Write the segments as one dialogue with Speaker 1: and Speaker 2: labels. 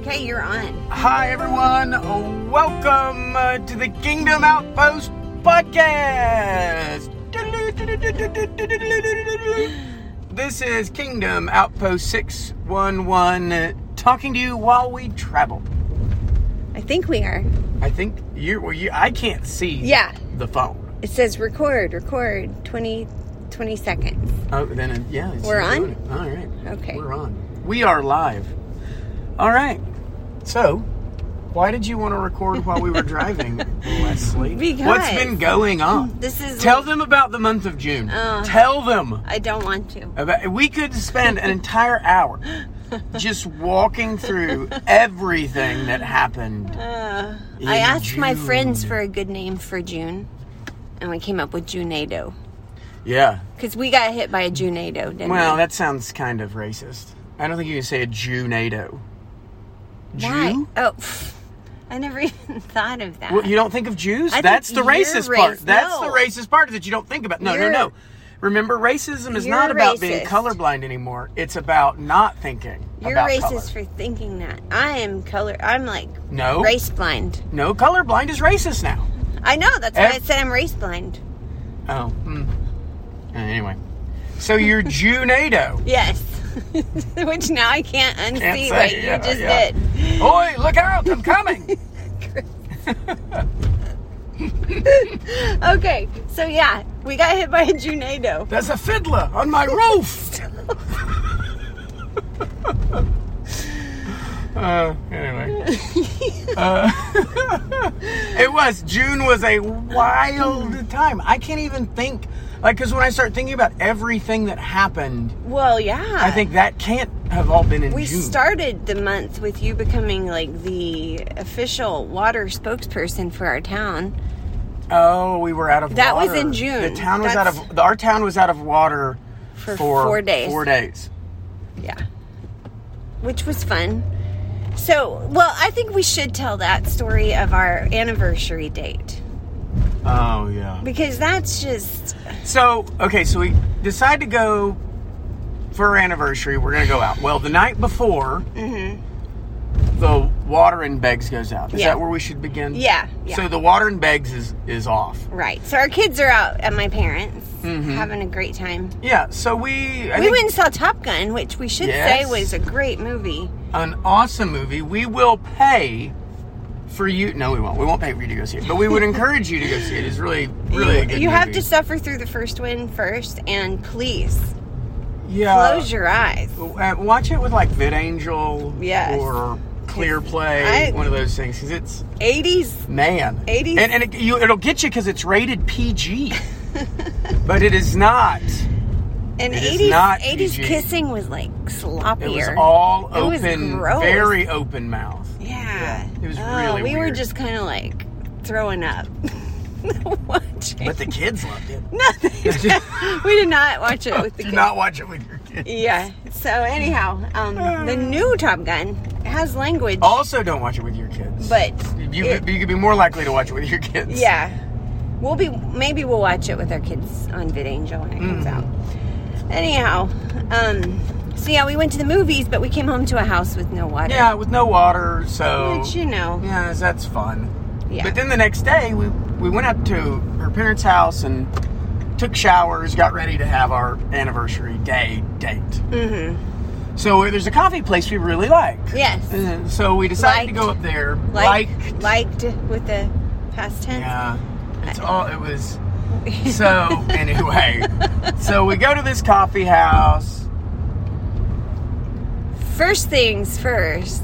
Speaker 1: Okay, you're on.
Speaker 2: Hi, everyone. Welcome uh, to the Kingdom Outpost podcast. This is Kingdom Outpost 611 uh, talking to you while we travel.
Speaker 1: I think we are.
Speaker 2: I think you well, you I can't see
Speaker 1: Yeah.
Speaker 2: the phone.
Speaker 1: It says record, record 20, 20 seconds.
Speaker 2: Oh, then uh, yeah, it's
Speaker 1: We're on?
Speaker 2: doing it. All right.
Speaker 1: Okay.
Speaker 2: We're on. We are live. All right. So, why did you want to record while we were driving, Leslie? What's
Speaker 1: Because-
Speaker 2: been going on?
Speaker 1: This is.
Speaker 2: Tell them about the month of June.
Speaker 1: Uh.
Speaker 2: Tell them.
Speaker 1: I don't want to.
Speaker 2: About, we could spend an entire hour just walking through everything that happened.
Speaker 1: Uh,
Speaker 2: In
Speaker 1: I asked my
Speaker 2: June.
Speaker 1: friends for a good name for June, and we came up with Junado.
Speaker 2: Yeah.
Speaker 1: Because we got hit by a Junado, didn't
Speaker 2: Well,
Speaker 1: we?
Speaker 2: that sounds kind of racist. I don't think you can say a Junado.
Speaker 1: Why?
Speaker 2: Jew?
Speaker 1: Oh, pff, I never even thought of that.
Speaker 2: Well, you don't think of Jews?
Speaker 1: I think
Speaker 2: That's the
Speaker 1: you're
Speaker 2: racist part.
Speaker 1: rac-
Speaker 2: That's the
Speaker 1: no.
Speaker 2: racist part that you don't think about. No,
Speaker 1: You're-
Speaker 2: no, no. Remember, racism is
Speaker 1: You're
Speaker 2: not about being
Speaker 1: racist.
Speaker 2: colorblind anymore. It's about not thinking
Speaker 1: You're
Speaker 2: about
Speaker 1: racist
Speaker 2: color. Oh.
Speaker 1: for thinking that. I am color. I'm like
Speaker 2: No,
Speaker 1: race blind.
Speaker 2: no, colorblind is racist now.
Speaker 1: I know. That's why I
Speaker 2: Ev-
Speaker 1: said I'm race blind.
Speaker 2: Oh, hmm. Uh, anyway. So you're Junado.
Speaker 1: Yes. Which now I can't unsee
Speaker 2: Can't say,
Speaker 1: what
Speaker 2: yeah,
Speaker 1: you just
Speaker 2: yeah.
Speaker 1: did.
Speaker 2: Oi, look out! I'm coming.
Speaker 1: Okay. So yeah, we got hit by a Junado.
Speaker 2: There's a fiddler on my roof. uh, anyway, Uh, it was June was a wild time. I can't even think, like, because when I start thinking about everything that happened,
Speaker 1: Well, yeah.
Speaker 2: I think that can't have all been in
Speaker 1: we
Speaker 2: June.
Speaker 1: started the month with you becoming like the official water spokesperson for our town.
Speaker 2: oh, we were out of
Speaker 1: That was
Speaker 2: water.
Speaker 1: in June.
Speaker 2: The town was out
Speaker 1: That's-
Speaker 2: of our town was out of water
Speaker 1: For four days.
Speaker 2: Four days.
Speaker 1: Yeah. Which was fun. So, well, I think we should tell that story of our anniversary date
Speaker 2: Oh yeah.
Speaker 1: because that's just
Speaker 2: So, okay, so we decide to go for our anniversary. We're going to go out. Well, the night before, the water in Beggs goes out. Is
Speaker 1: Mm-hmm. Yeah.
Speaker 2: that where we should begin?
Speaker 1: Yeah, yeah.
Speaker 2: So the water in Beggs is, is off.
Speaker 1: right. So, our kids are out at my parents having a great time.
Speaker 2: Yeah, so we. Mm-hmm. I
Speaker 1: we
Speaker 2: think
Speaker 1: went and saw Top Gun, which we should
Speaker 2: Yes.
Speaker 1: say was a great movie.
Speaker 2: An awesome movie. We will pay for you. No, we won't. We won't pay for you to go see it. But we would encourage you to go see it. It's really, really
Speaker 1: you
Speaker 2: a good
Speaker 1: you have
Speaker 2: movie.
Speaker 1: to suffer through the first one first, and please
Speaker 2: yeah.
Speaker 1: close your eyes.
Speaker 2: Uh, watch it with like VidAngel
Speaker 1: Yes.
Speaker 2: or Clear Play,
Speaker 1: I-
Speaker 2: one of those things, because it's
Speaker 1: 80s.
Speaker 2: man
Speaker 1: 80s.
Speaker 2: and, and it, you, it'll get you because it's rated pg but it is not
Speaker 1: And
Speaker 2: It is
Speaker 1: 80s,
Speaker 2: not
Speaker 1: 80s
Speaker 2: PG.
Speaker 1: kissing was like sloppier.
Speaker 2: it was all
Speaker 1: It was
Speaker 2: open
Speaker 1: gross.
Speaker 2: very open mouth
Speaker 1: Yeah.
Speaker 2: Yeah, it was
Speaker 1: oh,
Speaker 2: really
Speaker 1: We were
Speaker 2: weird.
Speaker 1: just kind of like throwing up watching.
Speaker 2: but the kids loved it
Speaker 1: no, they- we did not watch it with the
Speaker 2: do
Speaker 1: kids.
Speaker 2: not watch it with your kids
Speaker 1: Yeah. So anyhow, um,
Speaker 2: Uh.
Speaker 1: the new Top Gun has language,
Speaker 2: also don't watch it with your kids
Speaker 1: but
Speaker 2: you,
Speaker 1: it-
Speaker 2: could- you could be more likely to watch it with your kids
Speaker 1: yeah, we'll be maybe we'll watch it with our kids on VidAngel when it
Speaker 2: Hmm.
Speaker 1: comes out. Anyhow, um, so yeah, we went to the movies, but we came home to a house with no water.
Speaker 2: yeah with no water so
Speaker 1: Which you know,
Speaker 2: yeah that's fun
Speaker 1: yeah.
Speaker 2: But then the next day, we we went up to her parents' house and took showers, got ready to have our anniversary day date. Mm-hmm. So uh, there's a coffee place we really like.
Speaker 1: yes,
Speaker 2: Uh, So we decided to
Speaker 1: Liked.
Speaker 2: go up there.
Speaker 1: like
Speaker 2: Liked.
Speaker 1: liked with the past tense.
Speaker 2: Yeah. It's all it was. So anyway, so we go to this coffee house.
Speaker 1: First things first,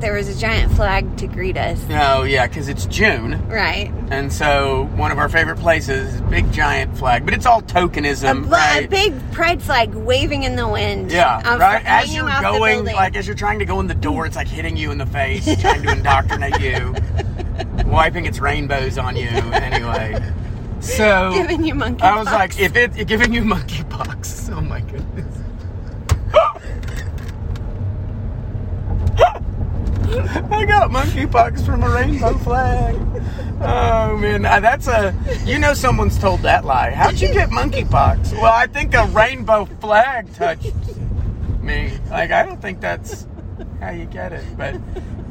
Speaker 1: there was a giant flag to greet us.
Speaker 2: No, yeah, because it's June,
Speaker 1: Right.
Speaker 2: and so one of our favorite places, is big giant flag, but it's all tokenism,
Speaker 1: A, bl-
Speaker 2: right?
Speaker 1: a big pride flag waving in the wind.
Speaker 2: Yeah,
Speaker 1: um,
Speaker 2: right.
Speaker 1: fr-
Speaker 2: As
Speaker 1: hanging
Speaker 2: you're
Speaker 1: off the
Speaker 2: going,
Speaker 1: building.
Speaker 2: like as you're trying to go in the door, it's like hitting you in the face, trying to indoctrinate you, wiping its rainbows on you. Anyway, so
Speaker 1: giving you monkey.
Speaker 2: I was
Speaker 1: fuck.
Speaker 2: like, if it giving you monkeypox. Oh my goodness. I got monkeypox from a rainbow flag. Oh man, uh, that's a you know someone's told that lie. How'd you get monkeypox? Well, I think a rainbow flag touched me. Like I don't think that's how you get it. But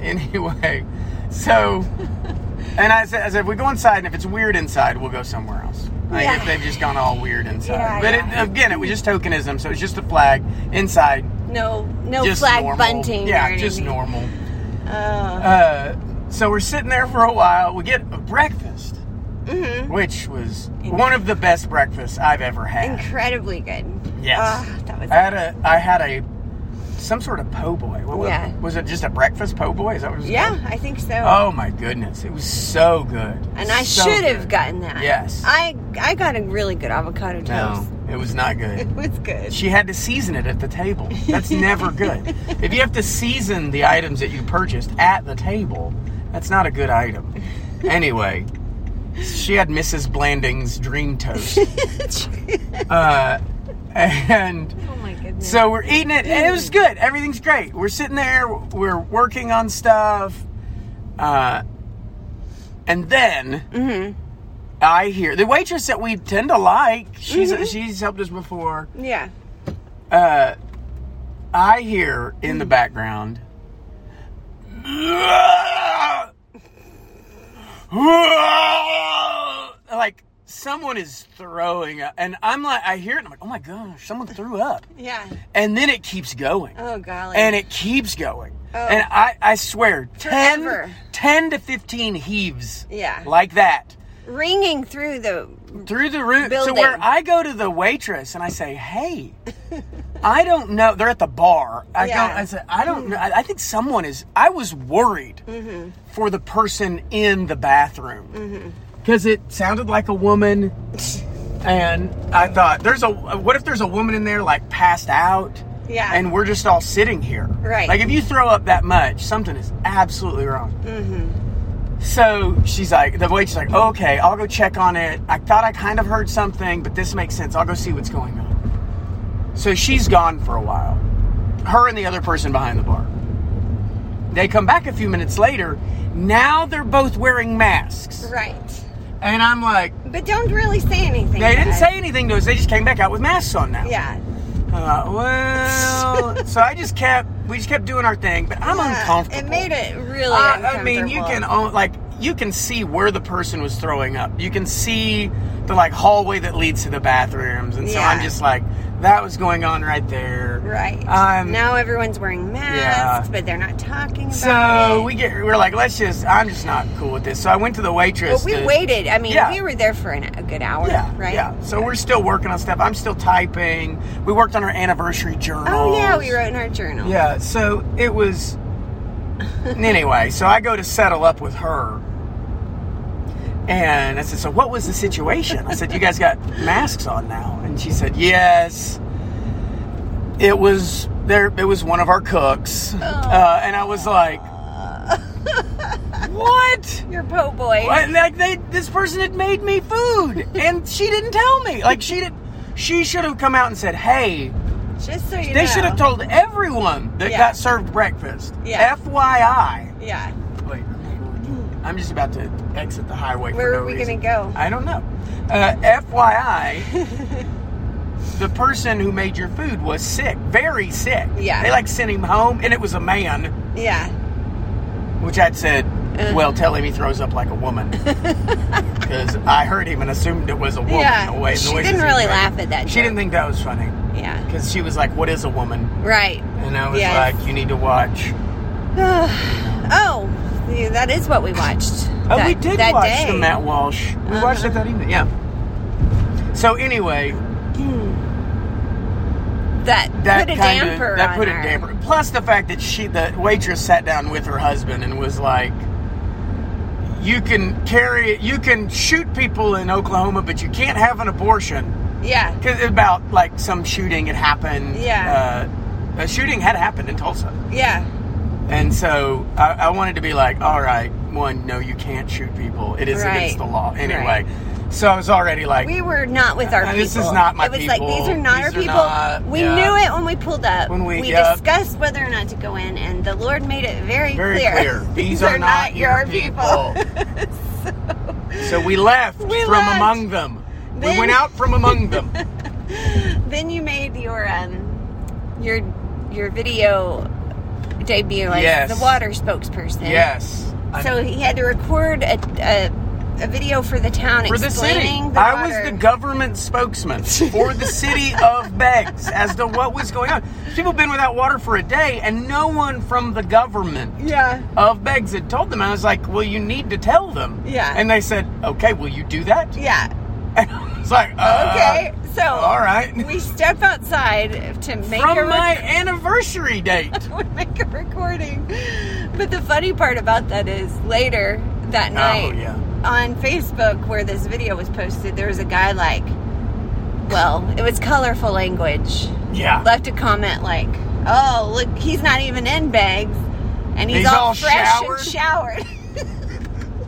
Speaker 2: anyway, so and I said, I said, we go inside, and if it's weird inside, we'll go somewhere else. Like
Speaker 1: Yeah.
Speaker 2: if they've just gone all weird inside.
Speaker 1: Yeah,
Speaker 2: but
Speaker 1: yeah.
Speaker 2: It, again, it was just tokenism, so it's just a flag inside.
Speaker 1: No, no
Speaker 2: just
Speaker 1: Oh, flag
Speaker 2: normal.
Speaker 1: bunting.
Speaker 2: Yeah,
Speaker 1: or
Speaker 2: just
Speaker 1: anything.
Speaker 2: normal.
Speaker 1: Oh.
Speaker 2: Uh, so we're sitting there for a while. We get a breakfast,
Speaker 1: Mhm.
Speaker 2: which was one of the best breakfasts I've ever had.
Speaker 1: Incredibly good.
Speaker 2: Yes. Uh,
Speaker 1: Ah, that was.
Speaker 2: I had a I had a some sort of po' boy. What was,
Speaker 1: Yeah.
Speaker 2: was it just a breakfast po' boy? Is that what it was
Speaker 1: yeah,
Speaker 2: called?
Speaker 1: I think so.
Speaker 2: Oh my goodness, it was so good.
Speaker 1: and I
Speaker 2: So
Speaker 1: should have
Speaker 2: good.
Speaker 1: gotten that.
Speaker 2: Yes.
Speaker 1: I I got a really good avocado toast.
Speaker 2: No, it was not good.
Speaker 1: It was good.
Speaker 2: She had to season it at the table. That's never good. If you have to season the items that you purchased at the table, that's not a good item. Anyway, she had Mrs. Blanding's dream toast. Uh, and
Speaker 1: oh my goodness.
Speaker 2: so we're eating it, and it was good. Everything's great. We're sitting there, we're working on stuff. Uh, and then I hear the waitress that we tend to like, she's, she's helped us before.
Speaker 1: yeah.
Speaker 2: Uh, I hear in the background. Like someone is throwing up, and I'm like, I hear it, and I'm like, oh my gosh, someone threw up,
Speaker 1: Yeah.
Speaker 2: and then it keeps going,
Speaker 1: Oh golly.
Speaker 2: and it keeps going,
Speaker 1: Oh.
Speaker 2: and I, I swear, 10,
Speaker 1: Forever.
Speaker 2: 10 to fifteen heaves,
Speaker 1: Yeah.
Speaker 2: like that,
Speaker 1: ringing through the
Speaker 2: through the roof to
Speaker 1: Building.
Speaker 2: where I go to the waitress and I say, "Hey, I don't know." They're at the bar. I
Speaker 1: Yeah. Mm-hmm.
Speaker 2: go. I said, "I don't know." I, I think someone is. I was worried for the person in the
Speaker 1: Mm-hmm.
Speaker 2: bathroom because it sounded like a woman, and I thought, "There's a what if there's a woman in there like passed out?"
Speaker 1: Yeah.
Speaker 2: And we're just all sitting here.
Speaker 1: Right.
Speaker 2: Like if you throw up that much, something is absolutely wrong.
Speaker 1: Mm-hmm.
Speaker 2: So she's like, the waitress is like, okay, I'll go check on it. I thought I kind of heard something, but this makes sense. I'll go see what's going on. So she's gone for a while. Her and the other person behind the bar. They come back a few minutes later. Now they're both wearing masks.
Speaker 1: right.
Speaker 2: And I'm like,
Speaker 1: But don't really say anything.
Speaker 2: they didn't
Speaker 1: guys.
Speaker 2: say anything to us. They just came back out with masks on now.
Speaker 1: Yeah.
Speaker 2: I thought, Uh, well, so I just kept, we just kept doing our thing, but I'm
Speaker 1: Yeah, Uh,
Speaker 2: uncomfortable. Uh,
Speaker 1: It made it really.
Speaker 2: I, I mean, you can
Speaker 1: uncomfortable.
Speaker 2: own, like you can see where the person was throwing up. You can see the like hallway that leads to the bathrooms, and so
Speaker 1: Yeah.
Speaker 2: I'm just like, that was going on right there.
Speaker 1: Right.
Speaker 2: I'm-
Speaker 1: now everyone's wearing masks, but they're not talking about
Speaker 2: So
Speaker 1: it.
Speaker 2: we get we're like, let's just. I'm just not cool with this. So I went to the waitress.
Speaker 1: Well, we
Speaker 2: to-
Speaker 1: waited. I mean,
Speaker 2: Yeah.
Speaker 1: we were there for an, a good hour,
Speaker 2: Yeah,
Speaker 1: right?
Speaker 2: yeah. So we're still working on stuff. I'm still typing. We worked on our anniversary journal.
Speaker 1: Oh yeah, we wrote in our journal.
Speaker 2: Yeah, so it was. anyway, so I go to settle up with her. And I said, So what was the situation? I said, You guys got masks on now. And she said, Yes. It was there it was one of our cooks. Uh, and I was like, What?
Speaker 1: Your po' boy.
Speaker 2: What? Like they this person had made me food and she didn't tell me. Like she did she should have come out and said, Hey,
Speaker 1: Just so you know.
Speaker 2: they should have told everyone that
Speaker 1: Yeah.
Speaker 2: got served breakfast.
Speaker 1: Yeah.
Speaker 2: FYI.
Speaker 1: Yeah.
Speaker 2: Wait, I'm just about to exit the highway.
Speaker 1: Where
Speaker 2: for no
Speaker 1: are we
Speaker 2: reason.
Speaker 1: gonna go?
Speaker 2: I don't know. Uh, FYI, the person who made your food was sick, very sick.
Speaker 1: Yeah.
Speaker 2: They like sent him home, and it was a man,
Speaker 1: Yeah.
Speaker 2: which I'd said,
Speaker 1: Uh.
Speaker 2: well, tell him he throws up like a woman, because I heard him and assumed it was a woman.
Speaker 1: yeah.
Speaker 2: The way the
Speaker 1: she
Speaker 2: way
Speaker 1: didn't
Speaker 2: seemed
Speaker 1: really
Speaker 2: like-
Speaker 1: laugh at that.
Speaker 2: She didn't think that was funny,
Speaker 1: joke. Yeah.
Speaker 2: because she was like, "What is a woman?"
Speaker 1: Right.
Speaker 2: And I was
Speaker 1: Yes.
Speaker 2: like, you need to watch.
Speaker 1: oh, yeah, that is what we watched.
Speaker 2: Oh,
Speaker 1: that,
Speaker 2: we did
Speaker 1: that
Speaker 2: watch
Speaker 1: day. Uh-huh.
Speaker 2: the Matt Walsh. We watched it that evening. Yeah. So anyway,
Speaker 1: That,
Speaker 2: that
Speaker 1: put a
Speaker 2: kinda-
Speaker 1: damper.
Speaker 2: that
Speaker 1: on
Speaker 2: put
Speaker 1: our-
Speaker 2: a damper. Plus the fact that she, the waitress, sat down with her husband and was like, "You can carry it. You can shoot people in Oklahoma, but you can't have an abortion."
Speaker 1: Yeah.
Speaker 2: Because about like some shooting had happened.
Speaker 1: Yeah.
Speaker 2: Uh, a shooting had happened in Tulsa.
Speaker 1: Yeah.
Speaker 2: And so I, I wanted to be like, all right, one, no, you can't shoot people. It is against
Speaker 1: Right.
Speaker 2: the law. Anyway, so I was already like,
Speaker 1: We were not with our
Speaker 2: Uh,
Speaker 1: people.
Speaker 2: this is not my
Speaker 1: It was
Speaker 2: people.
Speaker 1: like these are not
Speaker 2: These
Speaker 1: our
Speaker 2: are
Speaker 1: people.
Speaker 2: not-
Speaker 1: we
Speaker 2: yeah.
Speaker 1: knew it when we pulled up.
Speaker 2: When we- yep.
Speaker 1: discussed whether or not to go in, and the Lord made it very,
Speaker 2: very clear. These are, not, your people. so we left
Speaker 1: We
Speaker 2: from
Speaker 1: left.
Speaker 2: among them. we
Speaker 1: Then-
Speaker 2: went out from among them.
Speaker 1: Then you made your um your your video debut as
Speaker 2: Yes.
Speaker 1: the water spokesperson.
Speaker 2: Yes. I-
Speaker 1: So he had to record a, a, a video for the town
Speaker 2: for the city.
Speaker 1: explaining
Speaker 2: I was
Speaker 1: water.
Speaker 2: the government spokesman for the city of Beggs as to what was going on. People have been without water for a day, and no one from the government
Speaker 1: Yeah.
Speaker 2: of Beggs had told them. I was like, "Well, you need to tell them."
Speaker 1: Yeah.
Speaker 2: And they said, "Okay, will you do that?"
Speaker 1: Yeah.
Speaker 2: And I was like, uh,
Speaker 1: Okay. so.
Speaker 2: all right."
Speaker 1: We step outside to make
Speaker 2: From
Speaker 1: a rec-
Speaker 2: my anniversary date.
Speaker 1: we make a recording. But the funny part about that is later that night
Speaker 2: Oh, yeah.
Speaker 1: on Facebook where this video was posted, there was a guy like, well, it was colorful language.
Speaker 2: Yeah.
Speaker 1: Left a comment like, oh, look, he's not even in bags. And he's,
Speaker 2: He's
Speaker 1: all,
Speaker 2: all
Speaker 1: fresh
Speaker 2: showered?
Speaker 1: and showered.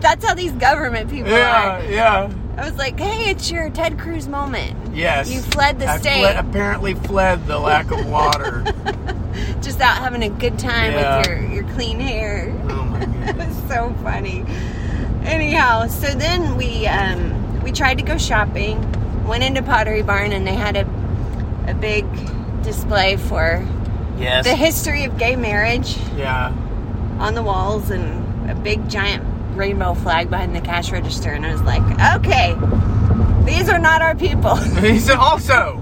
Speaker 1: That's how these government people
Speaker 2: yeah, yeah.
Speaker 1: are. I was like, hey, it's your Ted Cruz moment.
Speaker 2: Yes.
Speaker 1: You fled the
Speaker 2: I
Speaker 1: state.
Speaker 2: fled- apparently fled the lack of water.
Speaker 1: just out having a good time
Speaker 2: Yeah.
Speaker 1: with your, your clean hair.
Speaker 2: oh my
Speaker 1: it
Speaker 2: goodness.
Speaker 1: was so funny. Anyhow, so then we um, we tried to go shopping, went into Pottery Barn, and they had a a big display for
Speaker 2: Yes.
Speaker 1: the history of gay marriage
Speaker 2: yeah.
Speaker 1: on the walls and a big giant rainbow flag behind the cash register and I was like, "Okay, these are not our people.
Speaker 2: He said also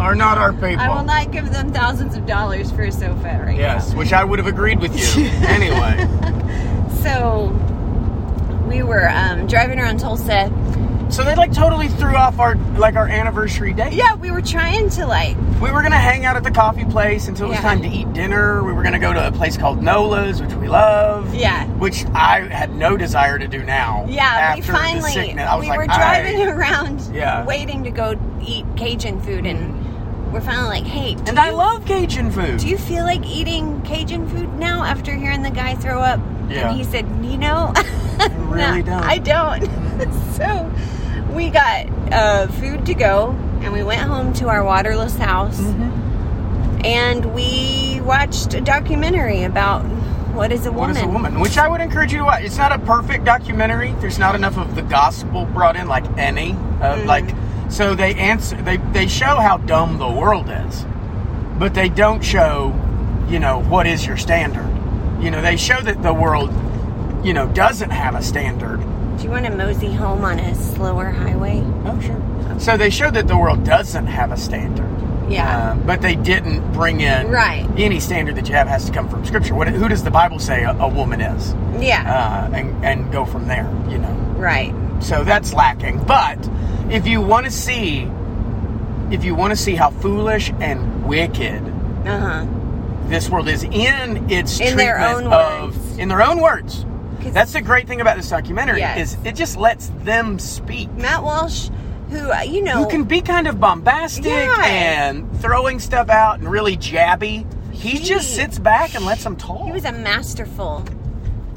Speaker 2: are not our people.
Speaker 1: I will not give them thousands of dollars for a sofa right now."
Speaker 2: Yes, which I would have agreed with you anyway.
Speaker 1: So we were um, driving around Tulsa.
Speaker 2: So they like totally threw off our like our anniversary date.
Speaker 1: Yeah, we were trying to like,
Speaker 2: We were gonna hang out at the coffee place until it was
Speaker 1: Yeah.
Speaker 2: time to eat dinner. We were gonna go to a place called Nola's, which we love.
Speaker 1: yeah,
Speaker 2: Which I had no desire to do now.
Speaker 1: yeah. We
Speaker 2: after the
Speaker 1: finally
Speaker 2: sickness. I was
Speaker 1: we
Speaker 2: like,
Speaker 1: were driving
Speaker 2: I-
Speaker 1: around,
Speaker 2: Yeah.
Speaker 1: waiting to go eat Cajun food, and we're finally like, hey, do
Speaker 2: and I
Speaker 1: you-
Speaker 2: love Cajun food.
Speaker 1: Do you feel like eating Cajun food now after hearing the guy throw up?
Speaker 2: Yeah.
Speaker 1: And he said, you know, I
Speaker 2: really don't."
Speaker 1: I don't. so we got uh, food to go, and we went home to our waterless house.
Speaker 2: Mhm.
Speaker 1: and we watched a documentary about what is a
Speaker 2: What
Speaker 1: woman.
Speaker 2: is a woman? Which I would encourage you to watch. It's not a perfect documentary. There's not enough of the gospel brought in, like any, uh,
Speaker 1: Mhm.
Speaker 2: like so they answer. They they show how dumb the world is, but they don't show, you know, what is your standard. You know, they show that the world, you know, doesn't have a standard.
Speaker 1: Do you want to mosey home on a slower highway?
Speaker 2: Oh sure. So they show that the world doesn't have a standard.
Speaker 1: Yeah.
Speaker 2: Um, but they didn't bring in
Speaker 1: Right.
Speaker 2: any standard that you have has to come from scripture. What, who does the Bible say a, a woman is?
Speaker 1: yeah.
Speaker 2: uh, and, and go from there, you know.
Speaker 1: right.
Speaker 2: So that's lacking. But if you want to see, if you want to see how foolish and wicked
Speaker 1: Uh huh.
Speaker 2: this world is in its
Speaker 1: In their
Speaker 2: treatment
Speaker 1: own
Speaker 2: of
Speaker 1: words.
Speaker 2: in their own words.
Speaker 1: 'Cause-
Speaker 2: That's the great thing about this documentary
Speaker 1: Yes.
Speaker 2: is it just lets them speak.
Speaker 1: Matt Walsh, who uh, you know,
Speaker 2: Who can be kind of bombastic
Speaker 1: Yeah.
Speaker 2: and throwing stuff out and really jabby. He,
Speaker 1: He-
Speaker 2: just sits back and lets them talk.
Speaker 1: he was a masterful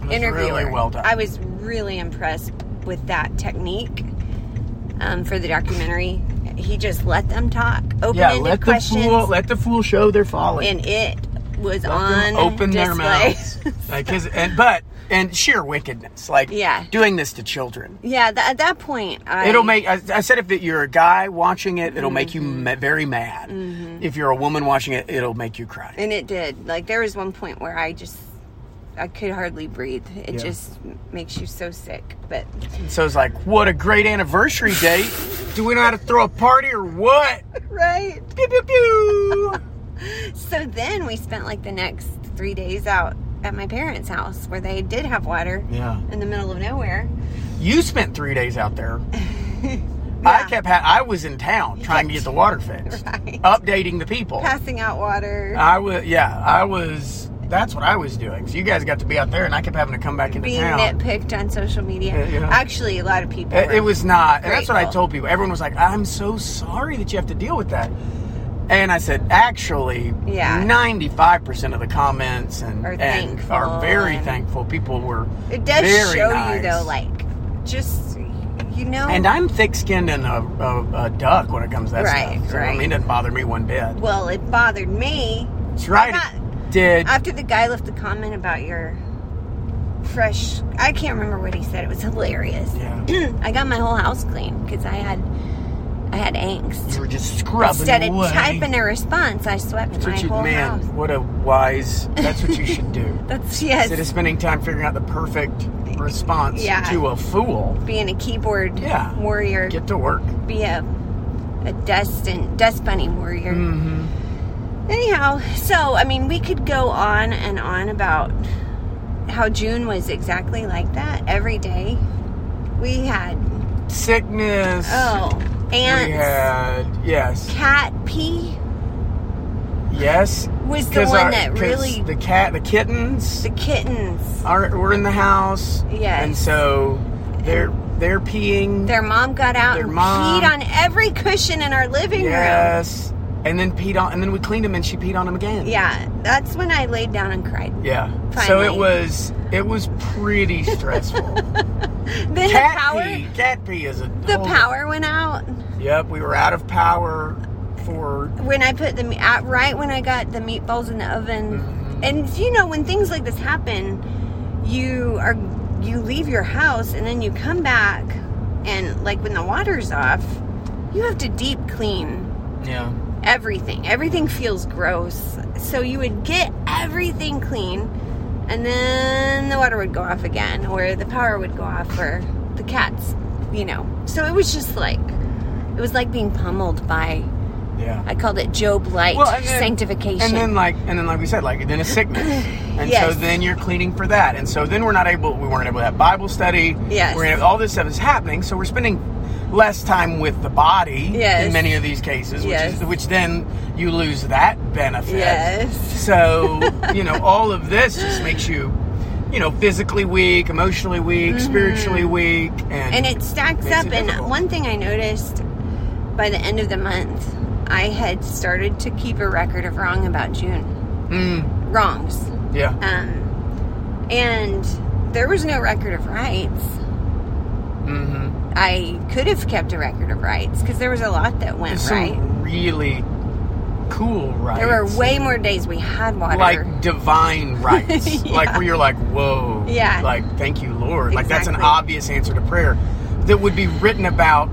Speaker 2: It was
Speaker 1: interviewer.
Speaker 2: Really well done.
Speaker 1: I was really impressed with that technique um, for the documentary. He just let them talk, open
Speaker 2: yeah,
Speaker 1: ended
Speaker 2: let the
Speaker 1: questions,
Speaker 2: fool let the fool show their folly.
Speaker 1: and it was
Speaker 2: Let
Speaker 1: on
Speaker 2: them open their
Speaker 1: display.
Speaker 2: mouths like his and but and sheer wickedness like
Speaker 1: Yeah.
Speaker 2: doing this to children
Speaker 1: yeah, th- at that point, I,
Speaker 2: it'll make I, I said if that you're a guy watching it it'll make you
Speaker 1: Mm-hmm.
Speaker 2: ma- very mad if you're a woman watching it it'll make you cry
Speaker 1: And it did. Like there was one point where I just I could hardly breathe. It
Speaker 2: Yeah.
Speaker 1: just makes you so sick. But
Speaker 2: so it's like what a great anniversary date do we know how to throw a party or what
Speaker 1: right.
Speaker 2: pew pew pew
Speaker 1: So then we spent like the next 3 days out at my parents' house where they did have water
Speaker 2: yeah
Speaker 1: in the middle of nowhere.
Speaker 2: you spent three days out there I
Speaker 1: Yeah.
Speaker 2: kept ha- I was in town trying to get the water fixed
Speaker 1: Right.
Speaker 2: updating the people
Speaker 1: Passing out water.
Speaker 2: I was, yeah, I was. That's what I was doing. So you guys got to be out there, and I kept having to come back into
Speaker 1: being
Speaker 2: town.
Speaker 1: nitpicked on social media.
Speaker 2: Yeah, yeah.
Speaker 1: Actually, a lot of people.
Speaker 2: It,
Speaker 1: were.
Speaker 2: it was not, and that's what I
Speaker 1: Grateful.
Speaker 2: told people. Everyone was like, "I'm so sorry that you have to deal with that," and I said, "Actually,
Speaker 1: Yeah.
Speaker 2: 95 percent of the comments and
Speaker 1: Are
Speaker 2: and
Speaker 1: thankful
Speaker 2: are very
Speaker 1: and-
Speaker 2: thankful. People were,
Speaker 1: It does
Speaker 2: very
Speaker 1: show
Speaker 2: nice.
Speaker 1: you though, like just you know.
Speaker 2: and I'm thick-skinned and a, a, a duck when it comes to that
Speaker 1: Right,
Speaker 2: stuff. So, I
Speaker 1: right.
Speaker 2: mean, it doesn't bother me one bit.
Speaker 1: well, it bothered me
Speaker 2: That's right.
Speaker 1: I'm
Speaker 2: it did
Speaker 1: after the guy left the comment about your fresh i can't remember what he said it was hilarious
Speaker 2: yeah.
Speaker 1: i got my whole house clean because i had I had angst.
Speaker 2: You were just scrubbing
Speaker 1: Instead of
Speaker 2: away.
Speaker 1: typing a response, I swept
Speaker 2: That's
Speaker 1: my
Speaker 2: what you,
Speaker 1: whole
Speaker 2: man.
Speaker 1: house.
Speaker 2: What a wise. That's what you should do.
Speaker 1: That's yes.
Speaker 2: Instead of spending time figuring out the perfect response
Speaker 1: Yeah.
Speaker 2: to a fool,
Speaker 1: being a keyboard
Speaker 2: Yeah.
Speaker 1: warrior,
Speaker 2: get to work.
Speaker 1: be a a dust and dust bunny warrior.
Speaker 2: Mm-hmm.
Speaker 1: Anyhow, so I mean, we could go on and on about how June was exactly like that every day. We had
Speaker 2: Sickness.
Speaker 1: oh ants,
Speaker 2: We had yes,
Speaker 1: cat pee
Speaker 2: yes.
Speaker 1: was the
Speaker 2: 'Cause
Speaker 1: one
Speaker 2: our-
Speaker 1: that
Speaker 2: 'cause
Speaker 1: really
Speaker 2: the cat, the kittens.
Speaker 1: the kittens.
Speaker 2: are we're in the house.
Speaker 1: Yes.
Speaker 2: And so they're they're peeing.
Speaker 1: Their mom got out
Speaker 2: Their
Speaker 1: and
Speaker 2: mom.
Speaker 1: peed on every cushion in our living room.
Speaker 2: yes. And then peed on and then we cleaned them and she peed on them again.
Speaker 1: Yeah, that's when I laid down and cried.
Speaker 2: Yeah. So
Speaker 1: Finally.
Speaker 2: it was it was pretty stressful.
Speaker 1: Then the
Speaker 2: cat
Speaker 1: power
Speaker 2: pee. Oh. Cat pee is a
Speaker 1: the
Speaker 2: whole-
Speaker 1: power went out
Speaker 2: Yep, we were out of power for
Speaker 1: when I put the me- at right when I got the meatballs in the oven.
Speaker 2: Mhm.
Speaker 1: And you know when things like this happen, you are you leave your house and then you come back and like when the water's off, you have to deep clean
Speaker 2: Yeah.
Speaker 1: everything. Everything feels gross. So you would get everything clean and then the water would go off again or the power would go off or the cats, you know. So it was just like it was like being pummeled by
Speaker 2: Yeah.
Speaker 1: I called it Job light
Speaker 2: Well, and then-
Speaker 1: sanctification.
Speaker 2: And then like and then like we said, like then a sickness. And
Speaker 1: Yes.
Speaker 2: so then you're cleaning for that. And so then we're not able we weren't able to have Bible study.
Speaker 1: Yes.
Speaker 2: We're gonna, all this stuff is happening, so we're spending less time with the body
Speaker 1: Yes.
Speaker 2: in many of these cases, which
Speaker 1: Yes.
Speaker 2: is which then you lose that benefit.
Speaker 1: yes.
Speaker 2: So, you know, all of this just makes you, you know, physically weak, emotionally weak, spiritually weak, and,
Speaker 1: Mm-hmm. And it stacks
Speaker 2: Makes
Speaker 1: up
Speaker 2: it
Speaker 1: and
Speaker 2: difficult.
Speaker 1: one thing I noticed by the end of the month, I had started to keep a record of wrong about June.
Speaker 2: Mm,
Speaker 1: Wrongs.
Speaker 2: yeah.
Speaker 1: Um, and there was no record of rights.
Speaker 2: hmm
Speaker 1: Mm-hmm. I could have kept a record of rights because there was a lot that went
Speaker 2: There's
Speaker 1: right.
Speaker 2: some really cool rights.
Speaker 1: There were way more days we had water.
Speaker 2: like divine rights.
Speaker 1: Yeah.
Speaker 2: Like where you're like, whoa.
Speaker 1: Yeah.
Speaker 2: Like, thank you, Lord. Like that's an
Speaker 1: Exactly.
Speaker 2: obvious answer to prayer that would be written about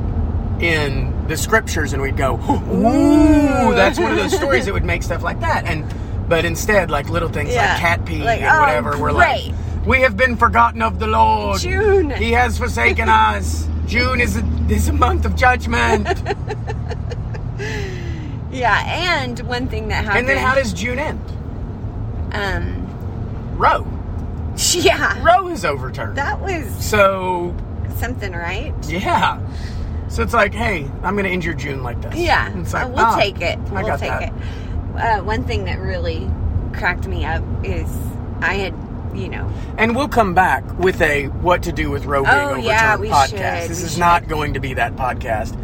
Speaker 2: in the scriptures and we'd go, Ooh, that's one of those stories that would make stuff like that. And but instead, like little things
Speaker 1: Yeah.
Speaker 2: like cat pee
Speaker 1: Like,
Speaker 2: and
Speaker 1: oh,
Speaker 2: whatever, we're like
Speaker 1: great.
Speaker 2: we have been forgotten of the Lord.
Speaker 1: June.
Speaker 2: He has forsaken us. June is a, is a month of judgment.
Speaker 1: yeah, and one thing that happened.
Speaker 2: and then how does June end?
Speaker 1: um,
Speaker 2: Roe.
Speaker 1: yeah,
Speaker 2: Roe is overturned.
Speaker 1: that was
Speaker 2: so
Speaker 1: something, right?
Speaker 2: Yeah. So it's like, hey, I'm going to end your June like this.
Speaker 1: Yeah,
Speaker 2: It's like,
Speaker 1: uh, we'll
Speaker 2: ah,
Speaker 1: take it. We'll
Speaker 2: I got
Speaker 1: take
Speaker 2: that.
Speaker 1: it. Uh, one thing that really cracked me up is I had, you know,
Speaker 2: And we'll come back with a what to do with Roe being
Speaker 1: Oh,
Speaker 2: overturned
Speaker 1: yeah, we
Speaker 2: podcast.
Speaker 1: should,
Speaker 2: This
Speaker 1: we
Speaker 2: is
Speaker 1: should.
Speaker 2: not going to be that podcast